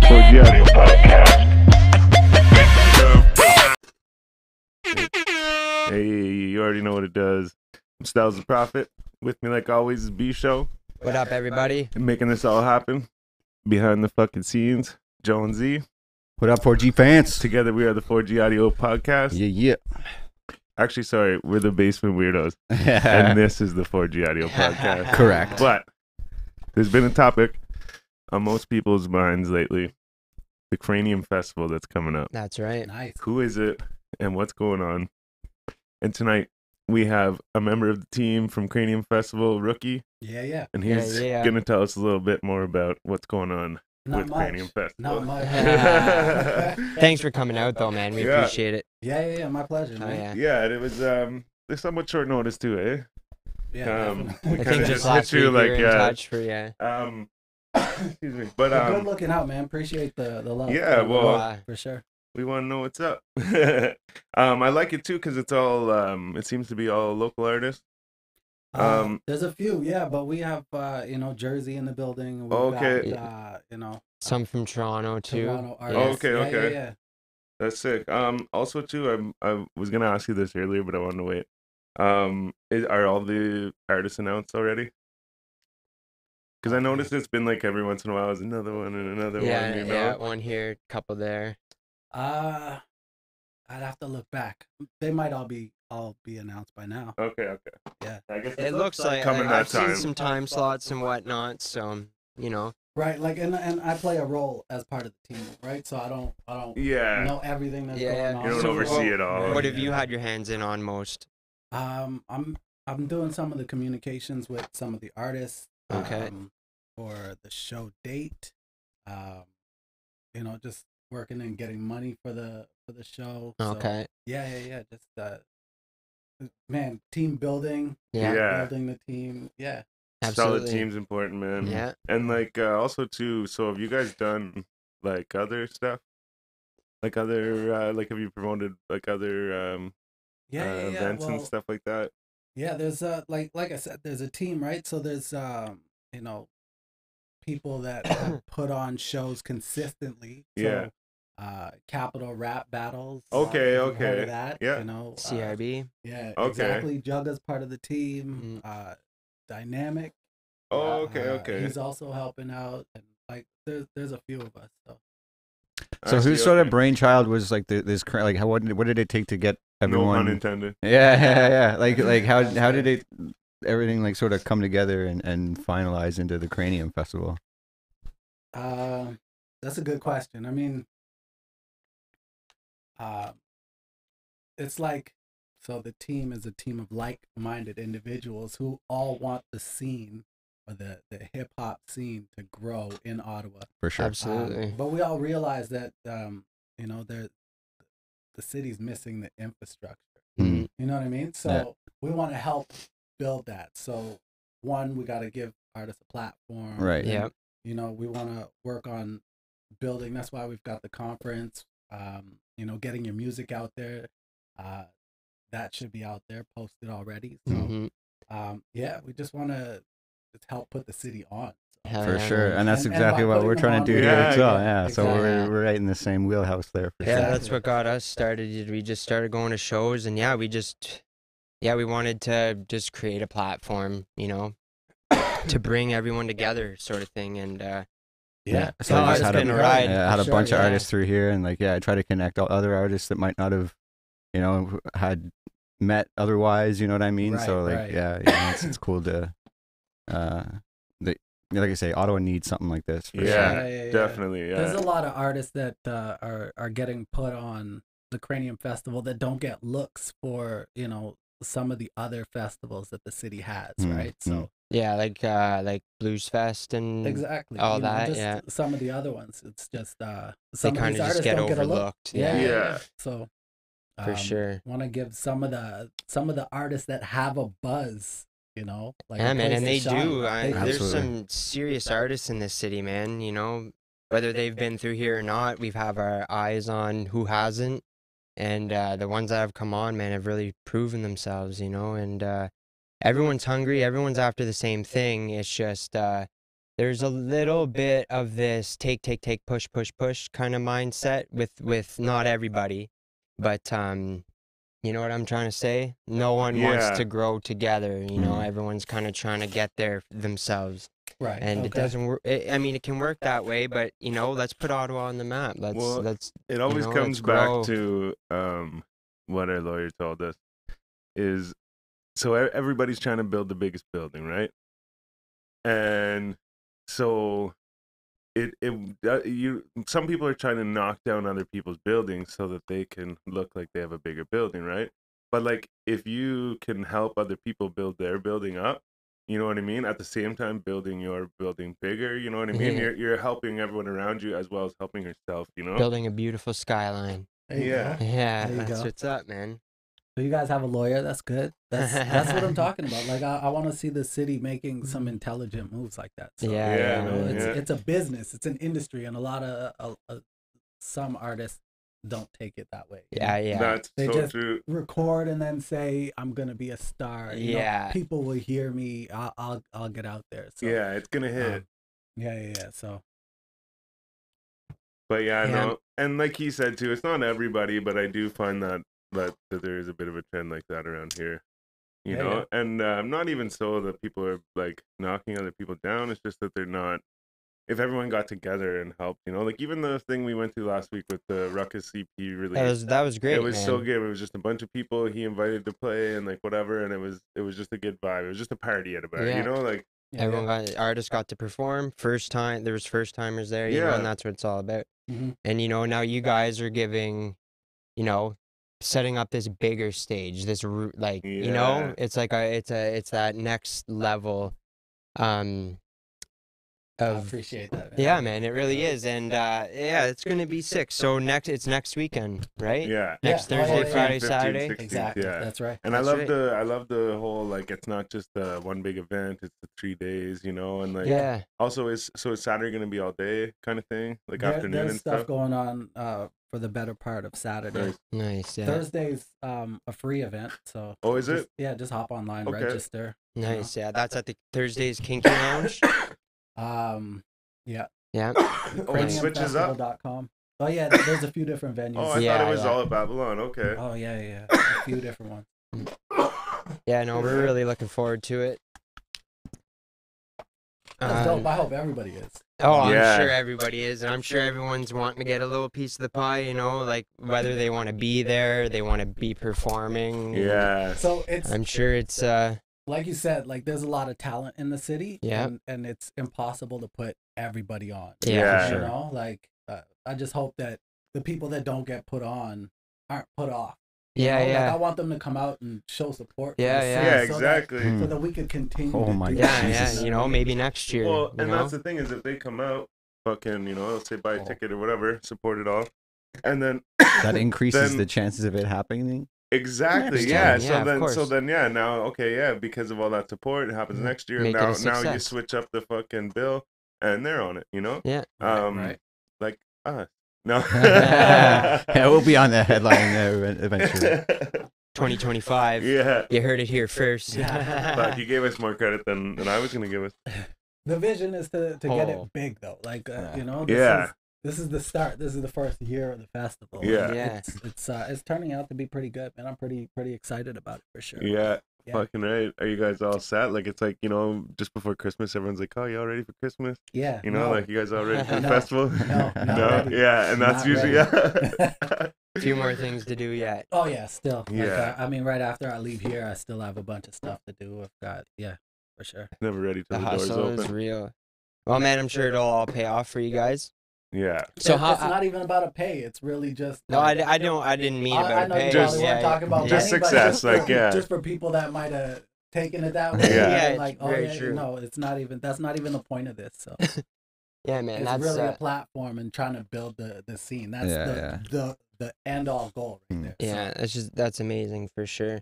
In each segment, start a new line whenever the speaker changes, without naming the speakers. Diario Podcast.
Hey, you already know what it does. I'm Styles the Prophet. With me, like always, is B Show.
What up, everybody?
And making this all happen. Behind the fucking scenes, Joe and Z.
What up, 4G fans?
Together, we are the 4G Audio Podcast.
Yeah,
Actually, sorry, we're the Basement Weirdos. and
yeah.
this is the 4G Audio
Uh,
Podcast.
Correct.
But there's been a topic on most people's minds lately the Cranium Festival that's coming up.
That's right.
Nice.
who is it and what's going on and tonight we have a member of the team from cranium festival rookie
Yeah, yeah.
and
Yeah,
he's
yeah.
gonna tell us a little bit more about what's going on
Not
with
much.
cranium festival
Not much.
Yeah.
yeah,
Thanks for coming out, though, man. We
Yeah.
appreciate it.
yeah, yeah. My pleasure,
Oh,
man.
yeah.
yeah and it was um there's somewhat short notice too eh
Yeah.
Um,
definitely.
I
Kinda
think
just
just
hit
last
you
week
like,
we were in
uh,
touch for yeah.
um excuse me but
Well, good
um
looking out, man. Appreciate the the love.
Yeah,
Uh,
well-
Uh,
for sure.
we want to know what's up um i like it too because it's all um it seems to be all local artists
Uh,
Um,
there's a few, yeah, but we have uh, you know Jersey in the building. We've
Okay.
Got, uh, you know
some from Toronto too.
Toronto
Yeah.
artists.
Okay,
yeah,
okay.
Yeah,
That's sick. Um, also too, I'm, I was gonna ask you this earlier, but I wanted to wait. Um, is, are all the artists announced already? Because I noticed it's been like every once in a while, is another one and another
Oh, yeah,
one. You know,
yeah, one here, couple there.
yeah. Uh, I'd have to look back. They might all be all be announced by now.
okay, okay,
Yeah.
I guess
It looks like
coming
like,
that
I've
time.
seen some time slots and whatnot, so you know.
Right, like and and I play a role as part of the team, right? So I don't I don't
yeah,
know everything that's
Yeah, yeah.
going on.
You don't
So-
oversee
it all. Oh,
What have
Yeah.
you had your hands in on most?
Um, I'm I'm doing some of the communications with some of the artists.
Okay.
Um, for the show date, um, you know, just working and getting money for the for the show. So,
Okay.
yeah, yeah, yeah. Just uh, man, team building,
Yeah.
Yeah.
building the team. Yeah.
Absolutely.
solid team's important, man.
Yeah.
and like uh, also too. So have you guys done like other stuff? Like other, uh, like have you promoted like other um,
Yeah,
uh,
yeah, yeah.
events and
well,
stuff like that?
Yeah, there's uh like like I said, there's a team, right? So there's um, you know, people that have put on shows consistly. So,
Yeah.
Uh, capital rap battles.
Okay,
uh, if you've heard
okay.
of that,
Yeah.
You know, uh,
CRB.
yeah,
Okay.
exactly. Jugga's part of the team. Uh, dynamic.
Oh,
uh,
okay, okay.
He's also helping out, and like there's there's a few of us. So
I
So,
see,
whose sort
okay.
of brainchild was like the, this? cra- Like, how what, did- what did it take to get
No
everyone?
pun intended.
yeah, yeah, yeah. Like, like how how did it everything like sort of come together and and finalize into the Cranium Festival?
Um, that's a good question. I mean, uh, it's like so the team is a team of like-minded individuals who all want the scene or the the hip hop scene to grow in Ottawa.
For sure.
Um,
Absolutely.
but we all realize that um, you know there the city's missing the infrastructure.
Mm.
You know what I mean? So we want to help build that. So one, we got to give artists a platform.
Right.
Yeah.
You know, we want to work on building. That's why we've got the conference. Um, you know, getting your music out there. Uh, that should be out there, posted already. So
Mhm.
Mm-hmm.
um, yeah, we just want to help put the city on.
Hell
For
yeah,
sure,
man.
and that's
And- and
exactly
by
what
putting
we're
them
trying
on
to do
the-
here
Yeah,
as well.
yeah,
Yeah, so
exactly.
we're we're right in the same wheelhouse there. For
Yeah,
sure.
that's what got us started. is We just started going to shows, and yeah, we just, yeah, we wanted to just create a platform, you know, to bring everyone together, sort of thing. And uh,
Yeah. So
Oh,
No,
I
it's
just had
been
a,
a ride,
yeah, I had
for
a
sure,
bunch of
yeah.
artists through here, and like, yeah, I try to connect all other artists that might not have, you know, had met otherwise. You know what I mean? so
Right,
like,
right.
yeah, you know, it's, it's cool to, uh, that like I say, Ottawa needs something like this. For
Yeah,
Sure.
Definitely,
There's a
yeah.
lot of artists that uh, are are getting put on the Cranium Festival that don't get looks for you know some of the other festivals that the city has,
Mm,
right?
mm.
So
yeah, like uh, like Blues Fest and
exactly,
Mm, All
you know,
that,
just
yeah.
Some of the other ones, it's just uh,
they
some of
kind
these
of just
artists
get
don't get a look.
overlooked.
Yeah, Um, yeah.
Yeah.
yeah. So
For sure.
want to give some of the some of the artists that have a buzz, you know, like
yeah,
a
man,
place
and
to
they
shine.
do. I,
They do.
there's
Absolutely.
some serious artists in this city, man. You know, whether they've been through here or not, we've have our eyes on who hasn't, and uh, the ones that have come on, man, have really proven themselves, you know. And uh, everyone's hungry, everyone's after the same thing. It's just uh, there's a little bit of this take, take, take, push, push, push kind of mindset with with not everybody, but um, you know what I'm trying to say. No one
Yeah.
wants to grow together. You know,
Mm-hmm.
Mhm.
everyone's kind of trying to get there themselves,
Right.
and it
okay.
doesn't work. I mean, it can work that way, but you know, let's put Ottawa on the map. Let's
Well,
let's
it always
know,
comes
let's
back
grow.
to um, what our lawyer told us is so e- everybody's trying to build the biggest building right and so it it uh, you some people are trying to knock down other people's buildings so that they can look like they have a bigger building right but like if you can help other people build their building up you know what i mean at the same time building your building bigger you know what i mean
Yeah.
you're, you're helping everyone around you as well as helping yourself you know
building a beautiful skyline.
There you
yeah.
go.
Yeah,
There you
that's
go.
what's up,
Mm,
man.
So you guys have a lawyer. That's good. That's that's what I'm talking about. Like I, I want to see the city making some intelligent moves like that. So,
yeah,
Yeah,
yeah,
you know,
man,
it's
yeah.
it's a business. It's an industry, and a lot of uh, uh, some artists don't take it that way. you know?
yeah, yeah.
That's
They
so
just-
true.
record and then say I'm gonna be a star. you know?
Yeah.
people will hear me. I'll I'll, I'll get out there. So,
yeah, it's gonna hit.
um, yeah, yeah, yeah. So
but yeah, I
yeah.
know. And like he said too, it's not everybody, but I do find that that, that there is a bit of a trend like that around here. You
Yeah,
know, and um, not even so that people are like knocking other people down. It's just that they're not. If everyone got together and helped, you know, like even the thing we went through last week with the Ruckus CP release,
That was that was great.
it was so
man.
good. It was just a bunch of people he invited to play and like whatever, and it was it was just a good vibe. It was just a party at a bar,
Yeah.
you know, like
yeah,
Everyone got artists got to perform first time. There was first timers there, you know,
Yeah.
and that's what it's all about.
Mhm.
And you know, now you guys are giving, you know, setting up this bigger stage, this ru- like you
Yeah.
know, it's like a it's a it's that next level, um,
yeah. I
of
appreciate that. man.
yeah, man, it really is, and uh, yeah, it's gonna be sick. So next, it's next weekend, right?
yeah,
Next
Yeah.
Thursday,
Oh, yeah.
Friday,
15th,
Saturday.
16th,
exactly.
yeah.
That's right.
And I
That's
love
right.
the I love the whole like it's not just uh, one big event; it's the three days, you know. And like
yeah,
also is so is Saturday going to be all day kind of thing, like
There-
afternoon
there's
and
stuff
stuff.
going on uh, for the better part of Saturday.
Nice.
nice. Yeah,
Thursday's um a free event, so
Oh, is
just-
it?
Yeah, just hop online,
Okay.
register.
nice. Yeah, that's at the Thursday's Kinky Lounge.
Um,
Yeah.
Oh, it switches up.
premiumfestival.com. Oh yeah, th- there's a few different venues.
Oh, I thought
Yeah,
it was
yeah.
all at Babylon. Okay.
Oh, yeah, yeah, yeah, a few different ones. Oh.
Yeah, no, we're really looking forward to it.
That's dope.
Um,
I hope everybody is.
oh, I'm
Yeah.
sure everybody is, and I'm sure everyone's wanting to get a little piece of the pie. You know, like whether they want to be there, they want to be performing.
Yeah.
So it's
I'm sure it's uh,
like you said, like there's a lot of talent in the city.
Yeah.
and, and it's impossible to put everybody on.
yeah,
Yeah.
you
Sure.
know, like uh, I just hope that the people that don't get put on aren't put off. you
yeah,
know? Like, I
yeah,
want them to come out and show support. for
Yeah,
the
yeah.
city
yeah,
so that-
exactly.
So
Hmm.
that we could continue.
Oh
to
my
do
God.
yeah,
this,
yeah.
Jesus.
You know, maybe next year.
Well,
you
and
know?
that's the thing is if they come out, fucking, you know, let's say buy a
Oh.
ticket or whatever, support it all, and then
That increases
Then-
the chances of it happening.
Exactly.
Next
Yeah.
time, yeah,
so
of
then, so
course.
then, yeah. Now, okay, yeah. Because of all that support, it happens
Mhm.
next year.
Make it a
now, now you
success.
switch up the fucking bill, and they're on it. You know.
Yeah.
Right,
Um,
right.
like us. No.
yeah, we'll be on the headline there ev- eventually.
yeah.
2025. You heard it here first.
Yeah.
Fuck, you gave us more credit than than I was gonna give us.
The vision is to, to get
Oh.
it big though. Like uh,
Yeah.
you know, this
Yeah.
Is, this is the start. This is the first year of the festival. and
Yeah.
Yeah.
It's it's, uh, it's turning out to be pretty good, and I'm pretty pretty excited about it for sure.
Yeah.
Yeah.
Fucking right. Are you guys all set? Like it's like you know, just before Christmas, everyone's like, "Oh, y'all ready for Christmas?"
Yeah,
You know,
no,
like you guys all ready for the
No.
festival?
No, not ready.
Yeah, and that's
Not
usually yeah.
A few more things to do yet.
Oh yeah, still.
Yeah.
Like, I, I mean, right after I leave here, I still have a bunch of stuff to do. I've got yeah, for sure.
Never ready
The
till the, doors
hustle is
open.
real. Well, man, I'm sure it'll all pay off for you guys.
Yeah.
So
It-
how?
It's not even about a pay. It's really just.
no, I, I don't. I didn't mean
I-
about
I know you
pay.
probably
Just-
weren't talking about
Just
money, but
success,
for-
like, yeah.
Just for people that might have taken it that way.
Yeah.
and
Yeah,
been
it's
like, oh
very
yeah,
true.
no, it's not even. That's not even the point of this. So
Yeah, man,
it's
that's
really
uh,
a platform and trying to build the the scene. That's
Yeah,
the,
yeah.
the the end all goal right
Mm.
there. So,
yeah, that's just that's amazing for sure.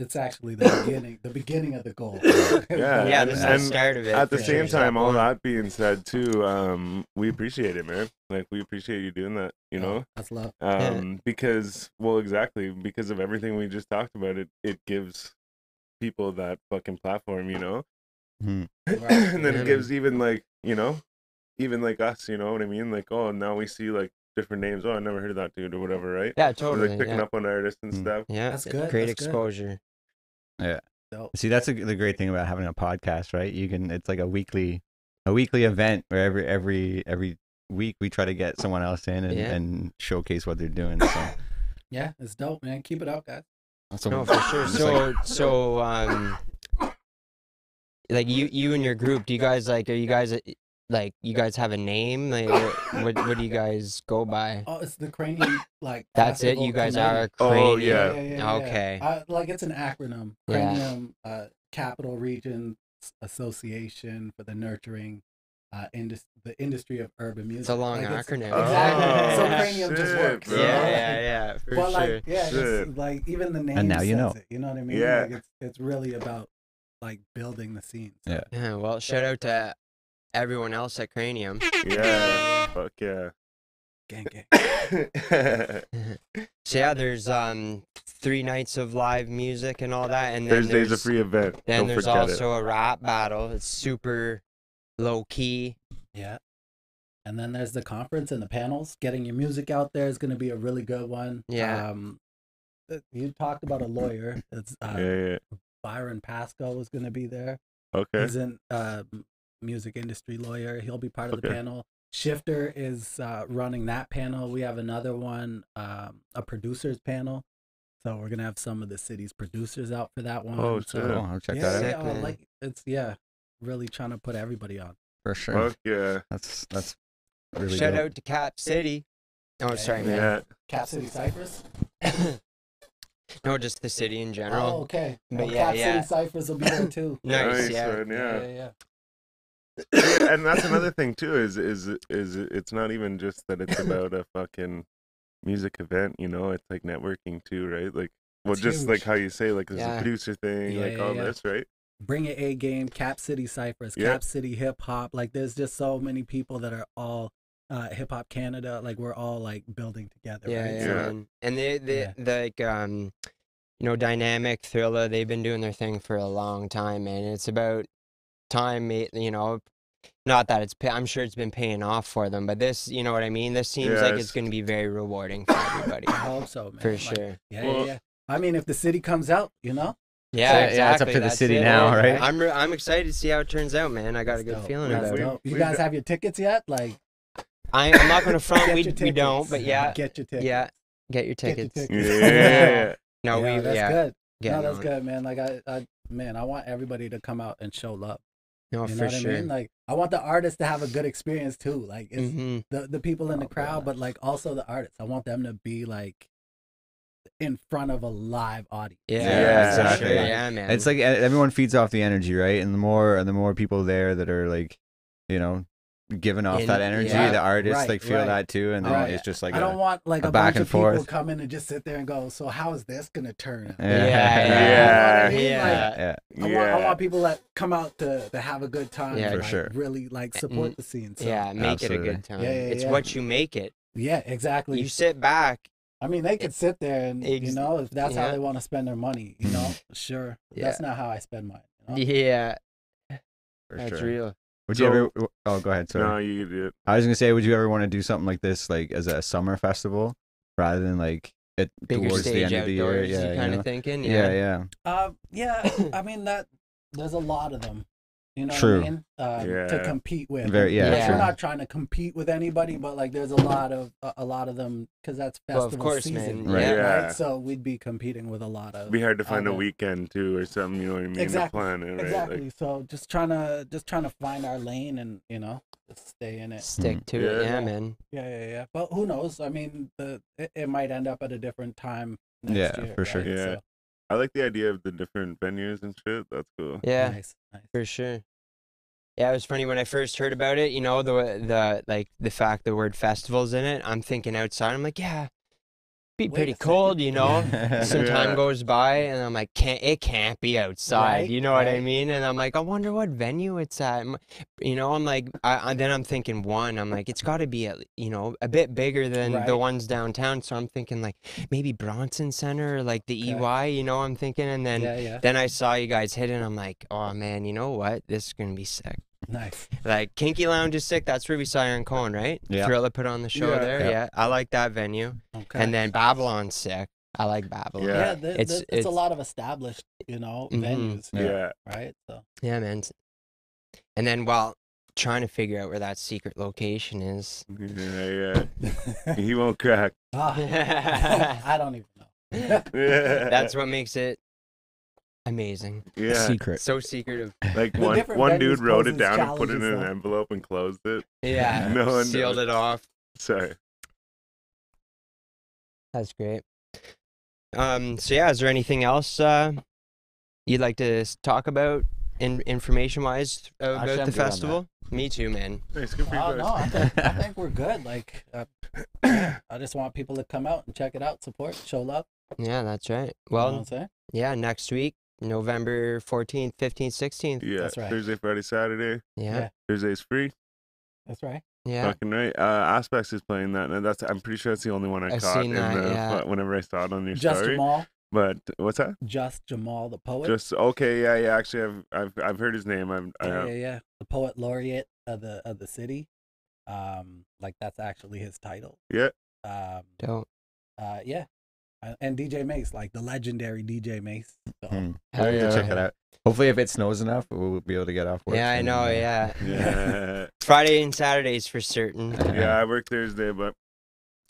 It's actually the beginning, the beginning of the goal.
Yeah,
yeah,
and-
this
and
is the start of it.
At the
for
same
sure. Step
time, all
one.
that being said, too, um, we appreciate it, man. Like we appreciate you doing that. You know,
that's love.
Oh, Yeah.
um, because well, exactly because of everything we just talked about, it it gives people that fucking platform. You know,
Mhm.
Right.
and then
Yeah,
it gives even like you know, even like us. You know what I mean? Like oh, now we see like different names. Oh, I never heard of that dude or whatever, right?
Yeah,
Or,
totally.
like picking
yeah.
up on artists and
Mm.
stuff.
yeah,
That's good,
Great
that's good.
exposure.
Dope.
See, that's a, the great thing about having a podcast, right? You can it's like a weekly a weekly event where every every every week we try to get someone else in and,
Yeah.
and showcase what they're doing. So
Yeah, it's dope, man. Keep it up, guys.
that's a-
No, for sure.
it's
So,
like-
so, um, like you, you and your group, do you guys like? Are you guys uh, like? You guys have a name? Like, what, what do you guys go by?
Oh, it's the cranium. Like
That's it.
classical
You guys
cranium.
are.
Oh,
Cranium.
yeah.
Okay.
Uh, like it's an acronym.
Yeah.
Cranium uh, Capital Regions Association for the Nurturing uh, indus- the Industry of Urban Music.
It's a long
Like,
acronym.
Exactly. so
Oh,
cranium just
shit,
works.
bro.
you know?
Yeah, yeah, yeah. For
but
sure.
like, yeah,
Shit.
it's, like even the name.
now you
says
know.
It, you know what I mean?
Yeah.
Like, it's it's really about like building the scene. So,
Yeah.
yeah. Well, shout out to everyone else at Cranium.
Yeah, fuck yeah.
Gang gang.
So yeah, there's um three nights of live music and all that, and then
Thursday's a
there's-
free event.
Then
Don't
there's
forget it.
also a rap battle. It's super low key.
Yeah. And then there's the conference and the panels. Getting your music out there is going to be a really good one.
Yeah.
Um, uh, you talked about a lawyer. It's uh,
Yeah, yeah.
Byron Pasco was going to be there.
Okay.
He's an uh, music industry lawyer. He'll be part of the
Okay.
panel. Shifter is uh, running that panel. We have another one, um, a producers panel. So we're gonna have some of the city's producers out for that one.
Oh,
uh,
so,
shit.
Oh, I'll check
yeah,
that out
Sick,
yeah,
man.
like it's yeah, really trying to put everybody on.
for sure.
Fuck yeah.
That's that's really
Shout
dope.
out to Cap City. Oh,
Yeah,
sorry, man.
Yeah.
Cap City Cypress.
No, just the city in general.
Oh, okay.
But yeah,
Cap
yeah.
City Cypress will be there too.
nice,
Nice,
yeah.
man, yeah.
yeah.
Yeah, and that's another thing too is is is it's not even just that it's about a fucking music event, you know, it's like networking too, right? Like well
It's
just like
huge.
how you say, like there's
Yeah.
a producer thing,
Yeah,
like
yeah,
all
yeah.
this, right?
Bring it A game, Cap City Cypress,
Yeah.
Cap City Hip Hop. Like, there's just so many people that are all uh, Hip Hop Canada. Like, we're all like building together.
Yeah,
right?
yeah,
So,
Yeah.
man. And they, they,
Yeah.
like, um, you know, dynamic thriller. They've been doing their thing for a long time, man. It's about time, ma- you know. Not that it's, pa- I'm sure it's been paying off for them, but this, you know what I mean. This seems like
Yes.
it's going to be very rewarding for everybody,
I hope so, man.
for
Like,
sure.
Yeah, yeah,
Well-
yeah. I mean, if the city comes out, you know,
Yeah,
yeah,
exactly.
it's up to the
that's
city
it,
now,
man.
right?
I'm, re- I'm excited to see how it turns out, man. I got a
that's
good
dope.
feeling
That's
about it.
dope. You
We
guys
do-
have your tickets yet? Like,
I, I'm not going to front.
get
Uh, we,
your
we don't,
tickets.
but yeah,
get your tickets.
yeah. Get your
Get your
tickets.
tickets.
Yeah.
No,
yeah,
we
that's
yeah.
good.
getting
no, that's
on it.
good, man. Like, I, I, man, I want everybody to come out and show love.
No,
you know
Oh, for
what
sure.
I mean? Like, I want the artists to have a good experience too. Like, it's,
hmm
the the people in the
Oh,
crowd, but
gosh.
like also the artists. I want them to be like in front of a live audience.
Yeah,
Yeah,
for
exactly.
Sure. Yeah, man.
It's like e- everyone feeds off the energy, right? And the more and the more people there that are like, you know, giving off
In-
that energy,
yeah.
the artists
Right,
like feel
right.
that too, and then
Right.
it's just like
I
a-
don't want like
a
a,
back
bunch
and
of people
forth.
come in and just sit there and go, "So how is this gonna turn out?"
yeah,
Yeah.
yeah, yeah.
You know what I mean? Like,
yeah.
I, want, I want people that come out to, to have a good time.
Yeah.
and,
For
like,
sure.
Really like support the scene. So, yeah.
Yeah, make it a
Absolutely.
good time.
Yeah, yeah,
it's
yeah.
what you make it.
Yeah. Exactly.
You sit back.
I mean, they could sit there and
Ex-
you know if that's
yeah.
how they want to spend their money. You know, sure.
Yeah.
That's not how I spend mine. you know?
Yeah,
For
that's
sure.
real.
Would
So-
you ever? w- Oh, go ahead. Sorry.
No, you do it.
I was gonna say, would you ever want to do something like this, like as a summer festival, rather than like at
Bigger
towards the
stage
end of the year?
outdoors.
Yeah,
you kind
know?
of thinking. Yeah,
yeah, yeah.
Uh, yeah, I mean that. There's a lot of them. You know
True.
what I mean? Um, To
Yeah.
compete with.
Very- yeah,
Like,
Yeah.
We're not trying to compete with anybody, but like there's a lot of a, a lot of them because that's
Well,
festival
of course,
season.
man.
Right.
Yeah.
Yeah.
Right. So we'd be competing with a lot of.
It'd be hard to find a
other-
weekend too or something, you know what I mean?
Exactly.
To plan it, right?
Exactly.
Like,
so just trying to just trying to find our lane and you know just stay in it.
Stick to it.
Yeah.
Yeah, man.
Yeah, yeah, yeah. But who knows? I mean, the it, it might end up at a different time. Next
Yeah,
year,
for sure.
right?
Yeah.
So,
I like the idea of the different venues and shit. That's cool.
Yeah.
Nice. Nice.
For sure. Yeah, it was funny when I first heard about it. You know, the the like the fact the word festivals in it. I'm thinking outside. I'm like, yeah, be
Wait
pretty
a second.
cold, you know. Some time
Yeah.
goes by, and I'm like, can't it can't be outside?
Right,
you know what I
right.
mean? And I'm like, I wonder what venue it's at. M- You know, I'm like, I, I, then I'm thinking one. I'm like, it's got to be at, l- you know a bit bigger than the
Right.
ones downtown. So I'm thinking like maybe Bronson Center, or like the
Okay.
EY. You know, I'm thinking, and then
yeah, yeah.
then I saw you guys hit it. I'm like, oh man, you know what? This is gonna be sick.
Nice.
Like Kinky Lounge is sick. That's Ruby Sire and Cohen, right?
Yeah.
Thriller put on the show
Yeah.
there.
Yeah.
Yeah, I like that venue.
Okay.
And then Babylon's sick. I like Babylon.
Yeah.
Yeah,
yeah, th- th-
it's-
it's,
it's-
a lot of established, you know,
Mhm.
venues,
Yeah.
yeah.
right? So
man. And then while trying to figure out where that secret location is,
Yeah, yeah. He won't crack.
Ah, I don't even know.
that's
That's
what makes it amazing.
yeah.
Secret.
So secretive.
Like
The
one
different
one dude
venues
wrote it
poses
down and put it in
challenges,
an
huh?
envelope and closed it.
Yeah.
No one
Sealed
knows.
it off.
Sorry.
That's great. Um, so yeah, is there anything else uh, you'd like to s- talk about in information wise about
Actually, I'm
the
good on that.
festival? Me too, man.
Nice, good for you
Oh, no, I
guys.
think, I think we're good. Like, uh, I just want people to come out and check it out, support, show love.
Yeah, that's right.
You know
Well,
what I'm saying?
yeah, next week, November 14th, 15th, 16th.
Yeah.
That's right.
Thursday, Friday, Saturday.
Yeah.
Thursday's free.
That's right.
Yeah.
Fucking right. Uh, Aspects is playing that. And that's I'm pretty sure that's the only one I
I've
caught
seen that,
in the,
yeah.
whenever I saw it on your
Just
story.
Jamal,
But what's that?
just Jamal, the poet.
Just okay. Yeah, yeah. Actually, I've I've I've heard his name. I'm. I
yeah,
have.
yeah, yeah. The poet laureate of the of the city. Um, like that's actually his title.
Yeah.
Um,
Dope.
uh, yeah. Uh, and DJ Mace, like the legendary DJ Mace. So,
Hmm.
Hell
We'll have to
yeah.
Check it out. Hopefully, if it snows enough, we'll be able to get off work.
Yeah, I
and,
know.
uh,
Yeah.
Yeah.
Friday and Saturdays for certain.
yeah. I work Thursday, but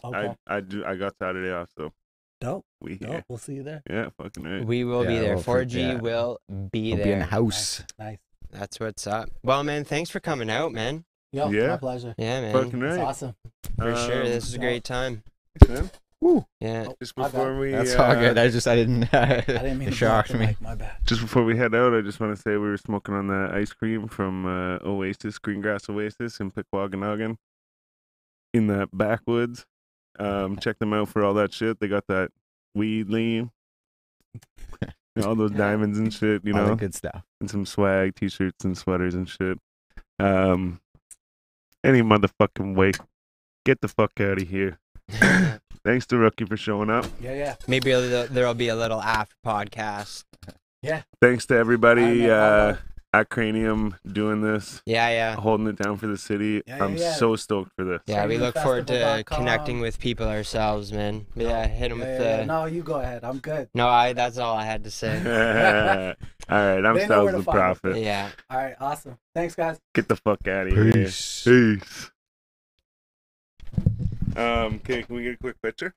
okay.
I I do I got Saturday off, so
Oh, dope.
we
Dope.
here.
We'll see you there.
Yeah, fucking right.
We will be
Yeah,
there.
well, for-
4G
yeah.
will be
We'll be in the
there.
house.
Nice.
That's what's up. Well, man, thanks for coming out, man.
Yo,
Yeah.
my pleasure.
Yeah, man.
fucking
It's
right.
awesome.
For sure.
Um,
This is a
yeah.
great time.
man,
Yeah.
Just
Oh, My bad.
before we
That's
uh,
all good. I just I didn't.
I didn't mean
it
to block
shocked
the
me.
mic, my bad.
Just before we head out, I just want to say we were smoking on the ice cream from uh, Oasis, Greengrass Oasis in Pickwaganoggin in the backwoods. Um, check them out for all that shit. They got that weed lean, and all those diamonds and shit, you
All the
know,
good stuff.
and some swag, t shirts, and sweaters and shit. Um, any motherfucking way. Get the fuck out of here. Thanks to Rookie for showing up.
Yeah, yeah.
Maybe there'll- there'll be a little after podcast.
Thanks to everybody
I'm, uh,
uh,
I'm, uh,
at Cranium doing this.
Yeah, yeah.
Oh,
holding it down for the city.
Yeah, yeah,
I'm
yeah.
so stoked for this.
Yeah, we look forward to
Streamingfestival.com.
connecting with people ourselves, man. Yeah, hit them
Yeah,
with
yeah, yeah.
the.
No, you go ahead. I'm good.
No, I. That's all I had to say.
All right, I'm
They know where
Styles
to
the
find us.
Prophet.
Yeah.
All right, awesome. Thanks, guys.
Get the fuck out of here. Peace. Um, okay, Um, can we get a quick picture?